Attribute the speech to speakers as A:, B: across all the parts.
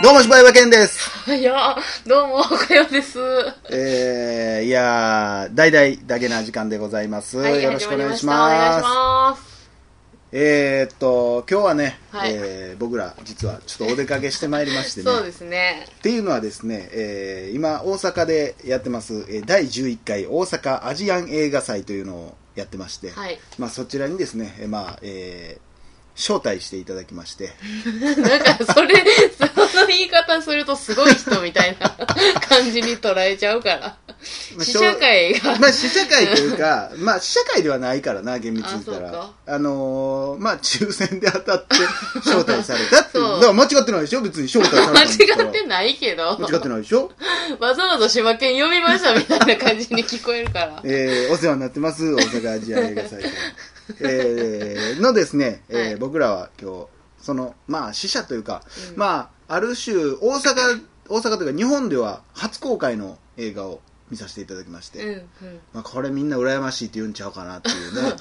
A: どうも、柴岩健です。
B: いや、どうも、おかよです。は
A: えー、いやー、大々だけな時間でございます。よろしくお願いします。
B: 始まりましたお願いします。
A: えー、っと、今日はね、
B: はい
A: えー僕ら実はちょっとお出かけしてまいりまして
B: そう
A: ね。
B: ですね。
A: っていうのはですね、えー今大阪でやってます、えー第11回大阪アジアン映画祭というのをやってまして、
B: はい。
A: まあそちらにですね、えーまあ、えー招待していただきまして、
B: なんか、それ、その言い方するとすごい人みたいな感じに捉えちゃうから。
A: まあ
B: 試写会が。
A: まあ、試写会というか、 まあ、試写会ではないからな、厳密に言った
B: あ
A: ら
B: そう。
A: あのーまあ、抽選で当た って招待されたっていう。
B: そ
A: だ
B: う
A: から間違ってないでしょ別に招待されたん
B: 間
A: ですから
B: 違ってないけど、
A: 間違ってないでしょ
B: わざわざ柴犬呼びましたみたいな感じに聞こえるから。
A: えーお世話になってます、大阪アジア映画祭で。えーのですね、えー
B: はい
A: 僕らは今日、その、まあ、死者というか、
B: うん
A: まあ、ある種、大阪、大阪というか日本では初公開の映画を見させていただきまして、
B: うん、うん。
A: まあ、これみんな羨ましいって言うんちゃうかなっていうね。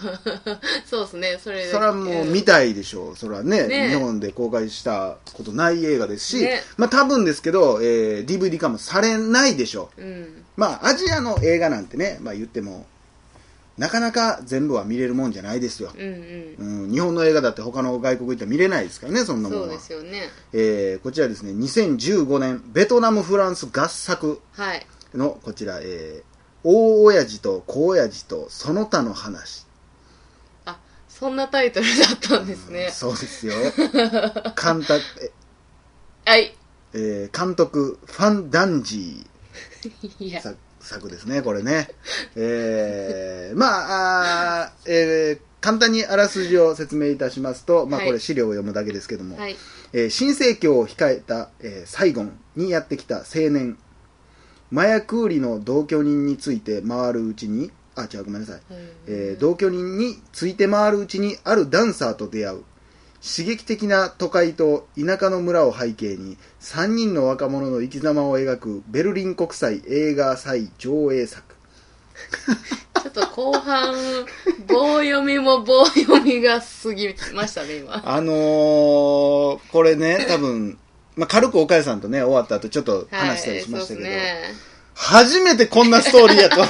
B: そうですね、それで。
A: それはもうん見たいでしょう、それはね
B: ね
A: 日本で公開したことない映画ですし、
B: ね
A: まあ多分ですけど、えー DVD 化もされないでしょ
B: うん。
A: う、まあ、アジアの映画なんてね、まあ、言っても、なかなか全部は見れるもんじゃないですよ、
B: うんうん。
A: うん、日本の映画だって他の外国行ったら見れないですからね、そんなも
B: そ
A: の
B: う
A: は
B: で。すよね。
A: えーこちらですね、2015年、ベトナム・フランス合作
B: はい。
A: の、こちら、えー大親父と小親父とその他の話
B: あ、そんなタイトルだったんですね。
A: そうですよ簡単え
B: はい。
A: えー監督ファン・ダンジ
B: い
A: ー
B: や。
A: 作作ですねこれね、えーまああー、えー簡単にあらすじを説明いたしますと、まあ、
B: はい
A: これ資料を読むだけですけども、
B: はい。
A: えー新政教を控えた、えーサイゴンにやってきた青年麻薬売りの同居人について回るうちにあ違うごめんなさいえー同居人について回るうちにあるダンサーと出会う刺激的な都会と田舎の村を背景に3人の若者の生き様を描くベルリン国際映画祭上映作
B: ちょっと後半、棒読みも棒読みが過ぎましたね、今。
A: あのー、これね多分、まあ、軽く岡谷さんとね終わった後ちょっと話したりしましたけど、
B: はい、そうです
A: 初めてこんなストーリーやと
B: ね。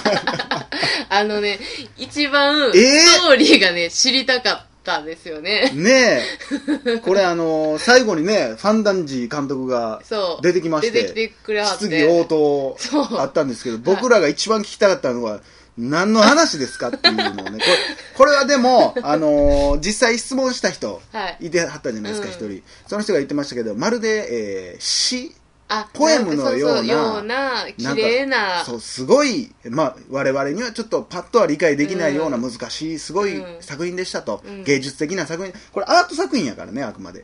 B: あのね、一番、
A: えー
B: ストーリーがね、知りたかったですよね。
A: ねえこれあのー最後にねファンダンジー監督が
B: そう。
A: 出てきまして
B: 出てきてくれはって。
A: 質疑応答
B: そう
A: あったんですけど、僕らが一番聞きたかったのは、何の話ですかっていうのをね、これ、これはでも、あのー実際質問した人、
B: はい
A: いてはったじゃないですか、
B: うん
A: 一、人。その人が言ってましたけど、まるで、えー詩、
B: あ
A: ポエムのような
B: そそような
A: なん
B: 綺
A: か
B: 麗な、
A: そう、すごい、まあ、我々にはちょっとパッとは理解できないような
B: う
A: 難しい、すごい
B: うん
A: 作品でしたと、
B: うん
A: 芸術的な作品。これアート作品やからね、あくまで。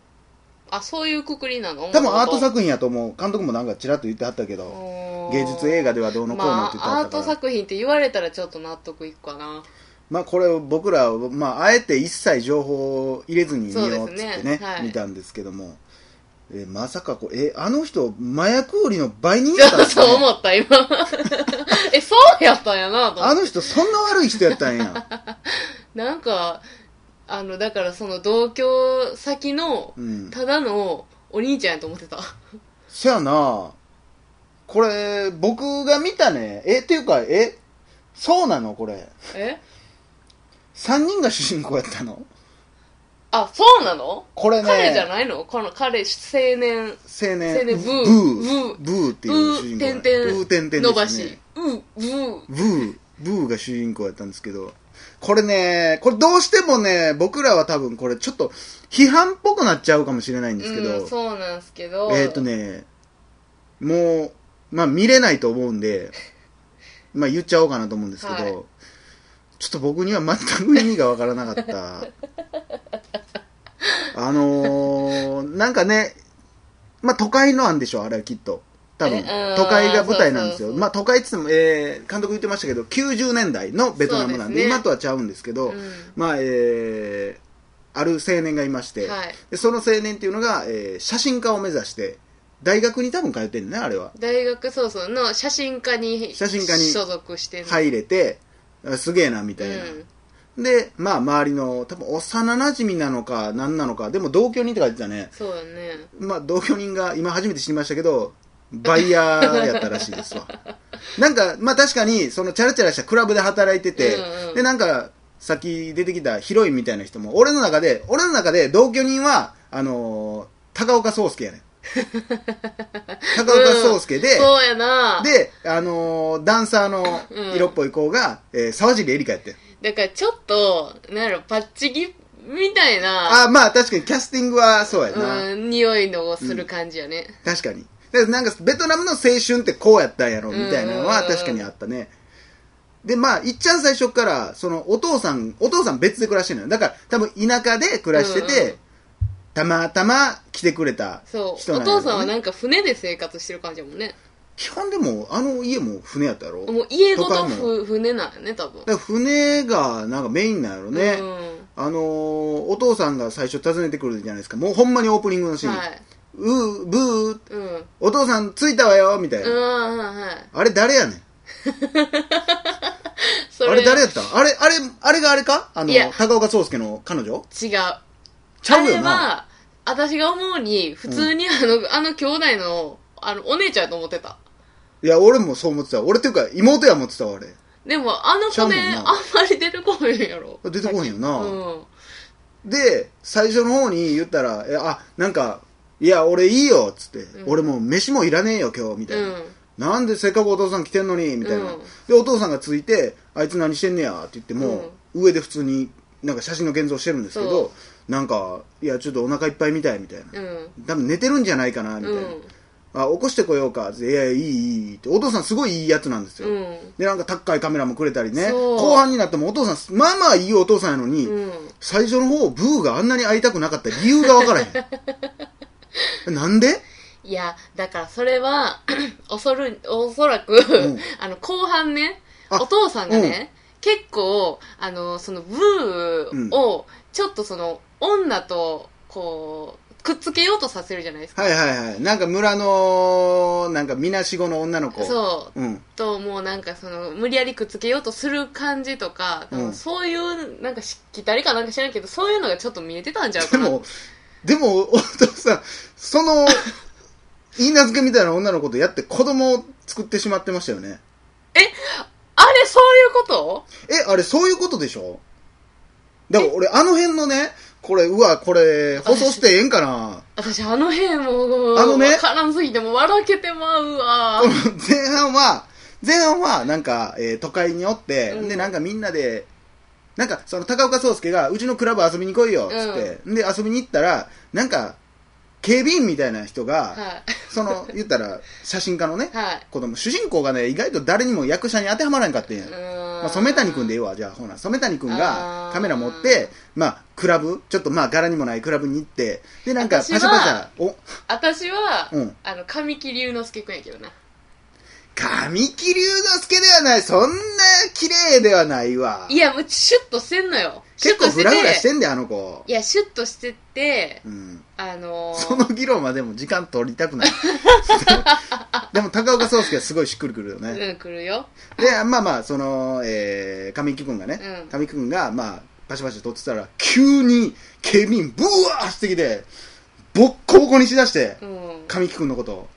B: あ、そういうくくりなの
A: 多分アート作品やと思う。監督もなんかちらっと言ってはったけど、
B: 品
A: 芸術映画ではどうのこうのって言って
B: まあ、
A: はっ
B: アー
A: たから。
B: ト作品って言われたらちょっと納得いくかな。
A: まあ、これを僕らは、まあ、あえて一切情報を入れずに見ようっつってね
B: そうですねはい
A: 見たんですけども、えーまさかこう、えーあの人麻薬売りの売人やったんです
B: そう
A: ね
B: 思った、 今。 え、そうやったんやな、と思
A: あ
B: って。
A: の人そんな悪い人やったん や、
B: なんか、あの、だからその同居先の
A: う、ん、
B: ただのお兄ちゃんやと 思ってた。
A: そやなこれ僕が見たねえっていうかえそうなのこれ
B: え
A: 3人が主人公やったの
B: あ、そうなの
A: これね
B: 彼じゃないのこの彼、青年、
A: 青年
B: 青年ブ
A: ブ
B: ー
A: ー
B: ブ
A: ブーっていう主人公や
B: てんてん、
A: ブーてんてんで
B: 伸
A: す
B: ば
A: ね
B: し。う、ぶ
A: ブー、ブーが主人公やったんですけど、これね、これどうしてもね、僕らは多分これちょっと批判っぽくなっちゃうかもしれないんですけど、
B: うん、そうなんですけど。
A: えっ、と。ね、もう、まあ見れないと思うん で、まあ言っちゃおうかなと思うんですけど、
B: はい
A: ちょっと僕には全く意味がわからなか った。あのー、なんかね、まあ都会の案でしょう、あれはきっと。多分、
B: えうん
A: 都会が舞台なんです
B: そうそう
A: よ。
B: そう
A: まあ都会って言っても、えー監督言ってましたけど、90年代のベトナムなんで、
B: そうですね
A: 今とはちゃうんですけど、
B: うん。
A: まあ、えーある青年がいまして、
B: はい。
A: でその青年っていうのが、えー写真家を目指して大学に多分通ってんねあれは
B: 大学、そうそう、の写真家に、
A: 写真家に
B: 所属してんの
A: 入れてあすげえなみたいな、
B: うん
A: で、まあ、周りの、多分幼馴染なのか、何なのか、でも同居人って書いてたね。
B: そうやね
A: まあ、同居人が今初めて知りましたけど、バイヤーやったらしいです わ。なんか、まあ確かに、そのチャラチャラしたクラブで働いてて、
B: うんうん
A: で、なんか、さっき出てきたヒロインみたいな人も、俺の中で、俺の中で同居人は、あのー高岡壮 介やねん。高岡壮介で、
B: そうやな
A: で、あのーダンサーの色っぽい子が、えー沢尻エリカやってん。
B: だからちょっとなんやろパッチギみたいな
A: あ、まあ確かにキャスティングはそうやな。
B: うん匂いのする感じやね、
A: 確かに。でなんか、ベトナムの青春ってこうやったんやろ、みたいなのは
B: うんうんうん
A: 確かにあったね。で、まあ、いっちゃん最初から、その、お父さん、お父さん別で暮らしてるのよ。だから、多分田舎で暮らして
B: うんうん
A: て、たまたま来てくれた
B: そう、
A: 人
B: お
A: なんやろね
B: 父さんはなんか船で生活してる感じやもんね
A: 基本でも、あの家も船やったやろ。だ
B: もう家ご
A: とか
B: と
A: も
B: ふ船なんやね多分
A: から船が、なんかメインなんやろね。
B: うん
A: あのーお父さんが最初訪ねてくるじゃないですか。もうほんまにオープニングのシーン。
B: はいう
A: ー、ブー、
B: うんうん
A: お父さん着いたわよ、みたいな。
B: うんはい
A: あれ誰やねん。
B: そ
A: あれ誰やったあれ、あれ、あれがあれかあの
B: いや、
A: 高岡壮介の彼女
B: 違う
A: ちゃ
B: あ
A: う
B: れ
A: よな。
B: は私が思うに普通にあの,、あの兄弟のあのお姉ちゃんやと思ってた
A: いや、俺もそう思ってた。俺っていうか、妹や思ってたわ、あれ。
B: でもあの
A: ちゃう
B: 子
A: もん
B: ね
A: な
B: あんまり出てこへんやろ
A: 出てこへんよな。
B: うん
A: で、最初の方に言ったら、えあ、なんか、いや、俺いいよ、っつって。
B: うん
A: 俺もう飯もいらねえよ、今日、みた
B: う
A: いな。
B: ん
A: なんでせっかくお父さん来てんのに、みたいな。
B: うん
A: で、お父さんがついて、あいつ何してんねや、って言っても、上で普通に、なんか写真の現像してるんですけ
B: そう
A: ど、なんか、いや、ちょっとお腹いっぱいみたい、みたいな。
B: うん
A: 多分寝てるんじゃないかな、みた
B: う
A: いな。
B: ん
A: あ起こしてこようかっていやいやいいいいいいってお父さんすごいいいやつなんですよ、
B: うん
A: でなんか高いカメラもくれたりね
B: そう
A: 後半になってもお父さんまあまあいいお父さんやのに、
B: うん
A: 最初の方ブーがあんなに会いたくなかった理由がわからへん なんで
B: いやだからそれは おそるおそらく、
A: ん
B: あの後半ね
A: あ
B: お父さんがね、結構あのそのブーをちょっとその女とこうくっつけようとさせるじゃないですか、
A: はいはいはいなんか村のなんかみなしごの女の子
B: そう
A: う、ん、
B: ともうなんかその無理やりくっつけようとする感じとか、
A: うん
B: そういうなんかしきたりかなんか知らんけどそういうのがちょっと見えてたんちゃう
A: で
B: かな
A: もでもお父さんそ のいいなずけみたいな女の子とやって子供を作ってしまってましたよね
B: あれそういうこと
A: え、あれそういうことでしょだから俺あの辺のね、これ、うわ、これ、放送してええんかな
B: 私あの辺も
A: あのね
B: わからんすぎてもう笑けてまうわ
A: この 前半は、前半はなんか、えー都会におって、
B: うん
A: でなんかみんなで、なんかその高岡壮介がうちのクラブ遊びに来いよっつって、で遊びに行ったら、なんか警備員みたいな人が、
B: はい
A: その言ったら写真家のね、
B: はい
A: 子供、主人公がね、意外と誰にも役者に当てはまらんかってんや。ま
B: ま
A: あ、染谷君でいいわじゃあほな染谷君が
B: あー
A: カメラ持ってまあクラブちょっとまあ柄にもないクラブに行ってでなんかパシ
B: 私
A: ャ
B: は
A: パシャお
B: 私は、
A: うん
B: あの神木隆之介君やけどな
A: 神木隆之介ではないそんな綺麗ではないわ
B: いやもうシュッとしてんのよ
A: 結構
B: シュ
A: フ
B: ッと
A: ラフラして
B: て
A: んだよあの子
B: いやシュッとしてて
A: うん
B: あのー
A: その議論までも時間取りたく ないでも高岡壮介はすごいしっくりくるよね
B: うん来るよ
A: で、まあまあ、その、えー、神木君がね、
B: うん
A: 神木君が、まあ、パシャパシャ撮ってたら、急に、警備員、ブワーしてきて、ボッコボコにしだして
B: う、ん
A: 神木君のこと。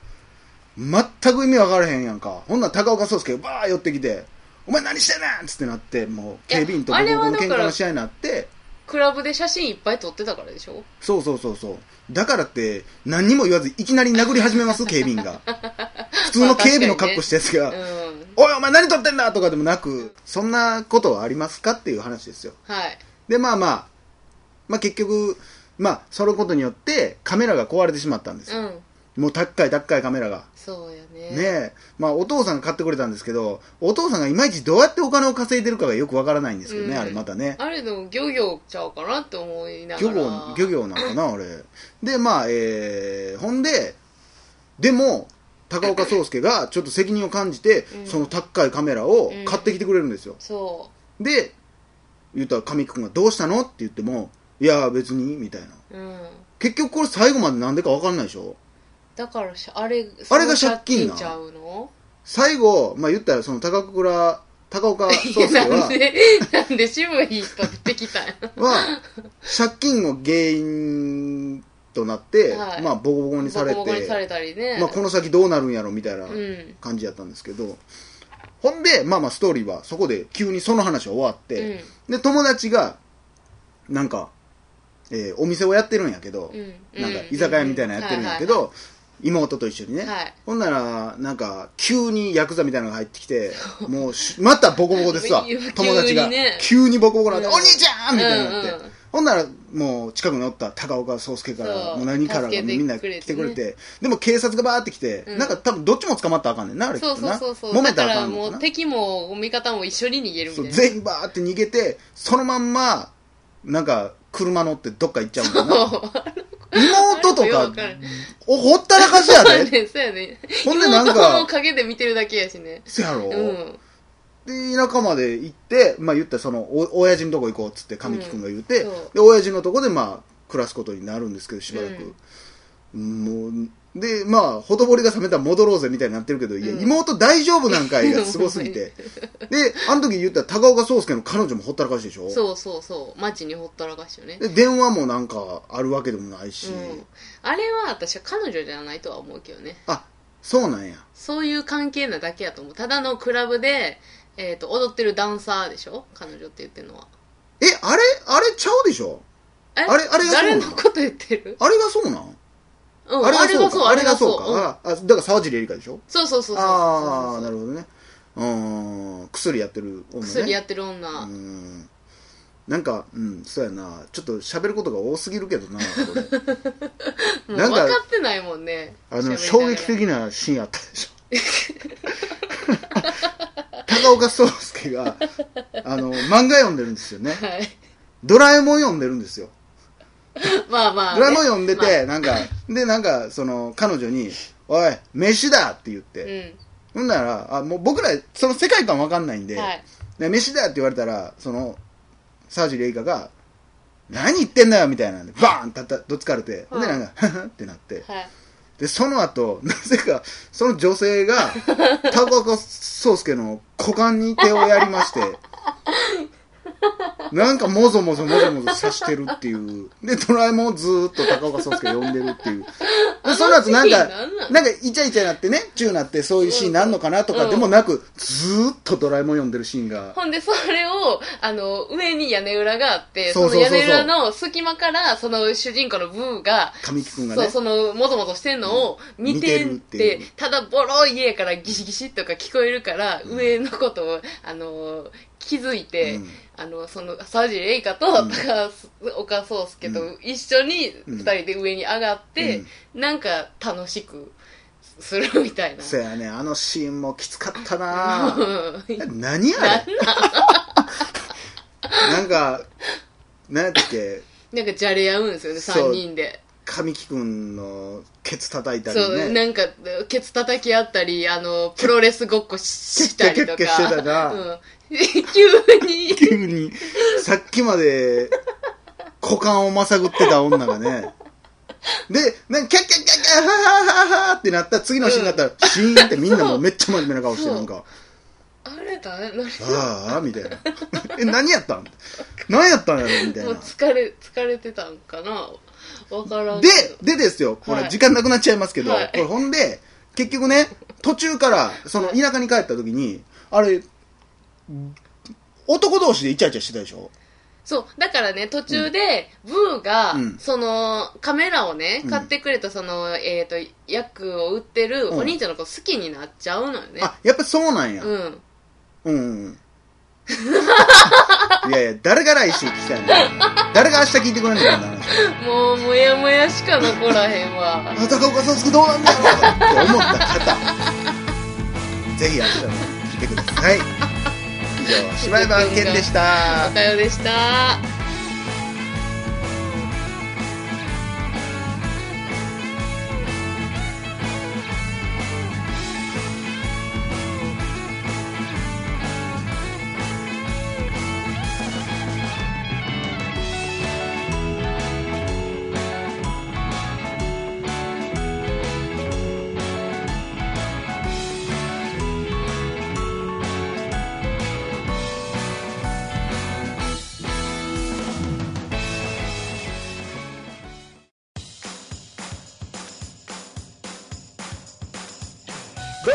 A: 全く意味わからへんやんか。ほんなら高岡壮介がバー寄ってきて、お前何してんねんっつってなって、もう、警備員とボコボコの
B: あ
A: 喧
B: れはだか
A: 嘩
B: ら
A: の試合になって、
B: クラブで写真いっぱい撮ってたからでしょ
A: そうそうそうそう。だからって、何にも言わず、いきなり殴り始めます、警備員 が。普通の警備の格好したやつが、
B: うん
A: おいお前何撮ってんだとかでもなく、そんなことはありますかっていう話ですよ。
B: はい
A: で、まあまあ、まあ結局、まあ、そのことによってカメラが壊れてしまったんです
B: う
A: よ。
B: ん
A: もう高い高いカメラが。
B: そうやね
A: ねえ、まあお父さんが買ってくれたんですけど、お父さんがいまいちどうやってお金を稼いでるかがよくわからないんですけどね、
B: うん
A: あれまたね。
B: あれでも漁業ちゃうかなって思いなが
A: 漁
B: ら
A: 業、漁業なのかな、あれ。で、まあ、えー、ほんで、でも、高岡壮介がちょっと責任を感じて、
B: うん
A: その高いカメラを買ってきてくれるんですよ。
B: そ
A: で言ったら神木君が「どうしたの?」って言っても「いや別に」みたいな
B: ううん
A: 結局これ最後までなんでか分かんないでしょ
B: だからしあれ
A: あれが借金な
B: そのちゃうの
A: 最後、まあ、言ったらその高倉高岡
B: い
A: 壮
B: や
A: 介
B: なん
A: は
B: で、なんで渋い人出てきたんや
A: は借金の原因となって、
B: はい
A: まあ、ボコボコに
B: ボ
A: され
B: コ
A: て
B: ボコにされたりね。
A: まあ、この先どうなるんやろみたいな
B: うん。
A: 感じやったんですけど、ほんで、まあまあストーリーはそこで急にその話は終わっ
B: う
A: て、
B: ん。
A: で友達がなんか、えーお店をやってるんやけど、
B: うん。
A: なんか居酒屋みたいなのやってるんやけど、妹と一緒にね、
B: はい
A: ほんならなんか急にヤクザみたいなのが入ってきてもうしまたボコボコですわ
B: 急にね
A: 友達が急にボコボコになって「
B: うん
A: お兄ちゃん!」みたいになって、
B: うんうん
A: ほんならもう近くにおった高岡壮介から
B: そう
A: もう何からが
B: 助けてくれてね
A: みんな来てくれてでも警察がバーって来て、なんか多分どっちも捕まったらあかんねんなあれきっ
B: そう
A: と
B: そう
A: な
B: そうそう。
A: 揉めた
B: だから
A: あからん
B: も
A: のか
B: う
A: な
B: 敵も味方も一緒に逃げるみた
A: そ
B: いうな。
A: 全員バーって逃げてそのまんまなんか車乗ってどっか行っちゃうんだよ な妹と
B: よう
A: か
B: わかる
A: おほったらかしや
B: そうや
A: で
B: ねん、そうやねん。
A: ほんでなん
B: 妹
A: か
B: も陰で見てるだけやしね。
A: せやろ、
B: うん。
A: で田舎まで行って、まあ、言ったらそのお親父のとこ行こうっつって神木君が言って、
B: うんそう
A: で親父のとこでまあ暮らすことになるんですけどしばらく、もうでまあほとぼりが冷めたら戻ろうぜみたいになってるけど、いや
B: うん
A: 妹大丈夫なんか いがすごすぎてであの時言ったら高岡壮介の彼女もほったらかしでしょ
B: そうそうそう。街にほったらかしよね。
A: で電話もなんかあるわけでもないし、
B: うん。あれは私は彼女じゃないとは思うけどね。
A: あそうなんや
B: そういう関係なだけやと思う。ただのクラブで、えっ、と、踊ってるダンサーでしょ彼女って言ってるのは。
A: えあれあれちゃうでしょ
B: え
A: あれあれがそうなの
B: 誰のこと言ってる
A: あれがそうなん
B: うん、
A: あれがそうかあれがそう
B: あ
A: か
B: れがそううん
A: ああだから沢尻エリカでしょ
B: そうそうそうそう。
A: ああ
B: そうそうそう
A: なるほどねうーん薬やってる女ね
B: 薬やってる女。
A: うーんなんかうんそうやなちょっと喋ることが多すぎるけどなこ れ
B: もう
A: なん
B: 分
A: か
B: かってないもんね。
A: あ
B: 喋りなが
A: の
B: ら
A: 衝撃的なシーンあったでしょ 高岡壮介があの漫画読んでるんですよね
B: はい。
A: ドラえもん読んでるんですよ
B: まあまあ、
A: ドラえもん読んで
B: まあ
A: てなんかでなんかその彼女に「おい飯だ!」って言って、ほんならあもう僕らその世界観わかんないん
B: う
A: で、
B: ん。はい。
A: で飯だって言われたらその沢尻エリカが「何言ってんだよ」みたいなんでバーンたたどつかれて、
B: うん
A: でなんか「ふふってなって
B: はい。
A: でその後なぜかその女性が高岡壮介の股間に手をやりましてなんかもぞもぞもぞもぞさしてるっていうでドラえもんをずーっと高岡壮介呼んでるっていうでその後なん
B: あ
A: か
B: のシーンなんなん
A: なんかイチャイチャなってねチューなってそういうシーンなんのかなとかでもなくずーっとドラえもん読んでるシーンが
B: ほんで、それを、あの、上に屋根裏があって、
A: そう
B: そ
A: そ
B: の
A: うそうそう
B: 屋根裏の隙間から、その主人公のブーが、
A: 神木君が
B: そう、
A: ね
B: その、もぞもぞしてんのを見て
A: 見
B: ん
A: るっ
B: って
A: てていう、
B: ただボロい家からギシギシとか聞こえるから、上のことを、あの、気づいて、
A: うん
B: あの、その、沢尻エイカと、
A: ん
B: 高岡壮介と一緒に、
A: ん
B: 二人で上に上がって、なんか楽しくするみたいな。
A: そうやねあのシーンもきつかった
B: う
A: なぁ
B: ん
A: え何あれなんか何やったっけ
B: なんかじゃれ合うんですよね、
A: そう
B: 三人で。
A: 神木君のケツ叩いた
B: そう、
A: りね
B: なんか、ケツ叩き合ったり、あの、プロレスごっこししたりとか。
A: ケッケッケッケッしてたな
B: うん。急に、
A: 急にさっきまで股間をまさぐってた女がねでなんかキャッキャッキャッキャッハハハハってなったら次のシーンになったら、シーンってみんなもうめっちゃ真面目な顔して
B: そう
A: なんか
B: あれだね、何
A: ああみたいなえ何やったん何やったんやろみたい
B: もう
A: な
B: 疲れ、疲れてたんかなわからん
A: で
B: け、
A: でですよ、こ
B: は
A: れ、
B: い
A: 時間なくなっちゃいますけど、
B: はい
A: これほんで、結局ね、途中から、その田舎に帰った時に、あれ、男同士でイチャイチャしてたでしょ
B: そう、だからね、途中で、ブーが、
A: うん
B: その、カメラをね
A: う、ん
B: 買ってくれた、その、えっ、と、薬を売ってる
A: うん
B: お兄ちゃんの子好きになっちゃうのよね。
A: あ、やっぱそうなんや。
B: うん。
A: うん。うん、いやいや、誰が来週聞きたいの誰が明日聞いてくれんのかな
B: もう、もやもやしか残らへんわ。
A: あ、高岡さんどうなんだろうって思った方、ぜひ明日も聞いてください。以上、柴山健でした
B: お。かよでした。
C: 「
A: ど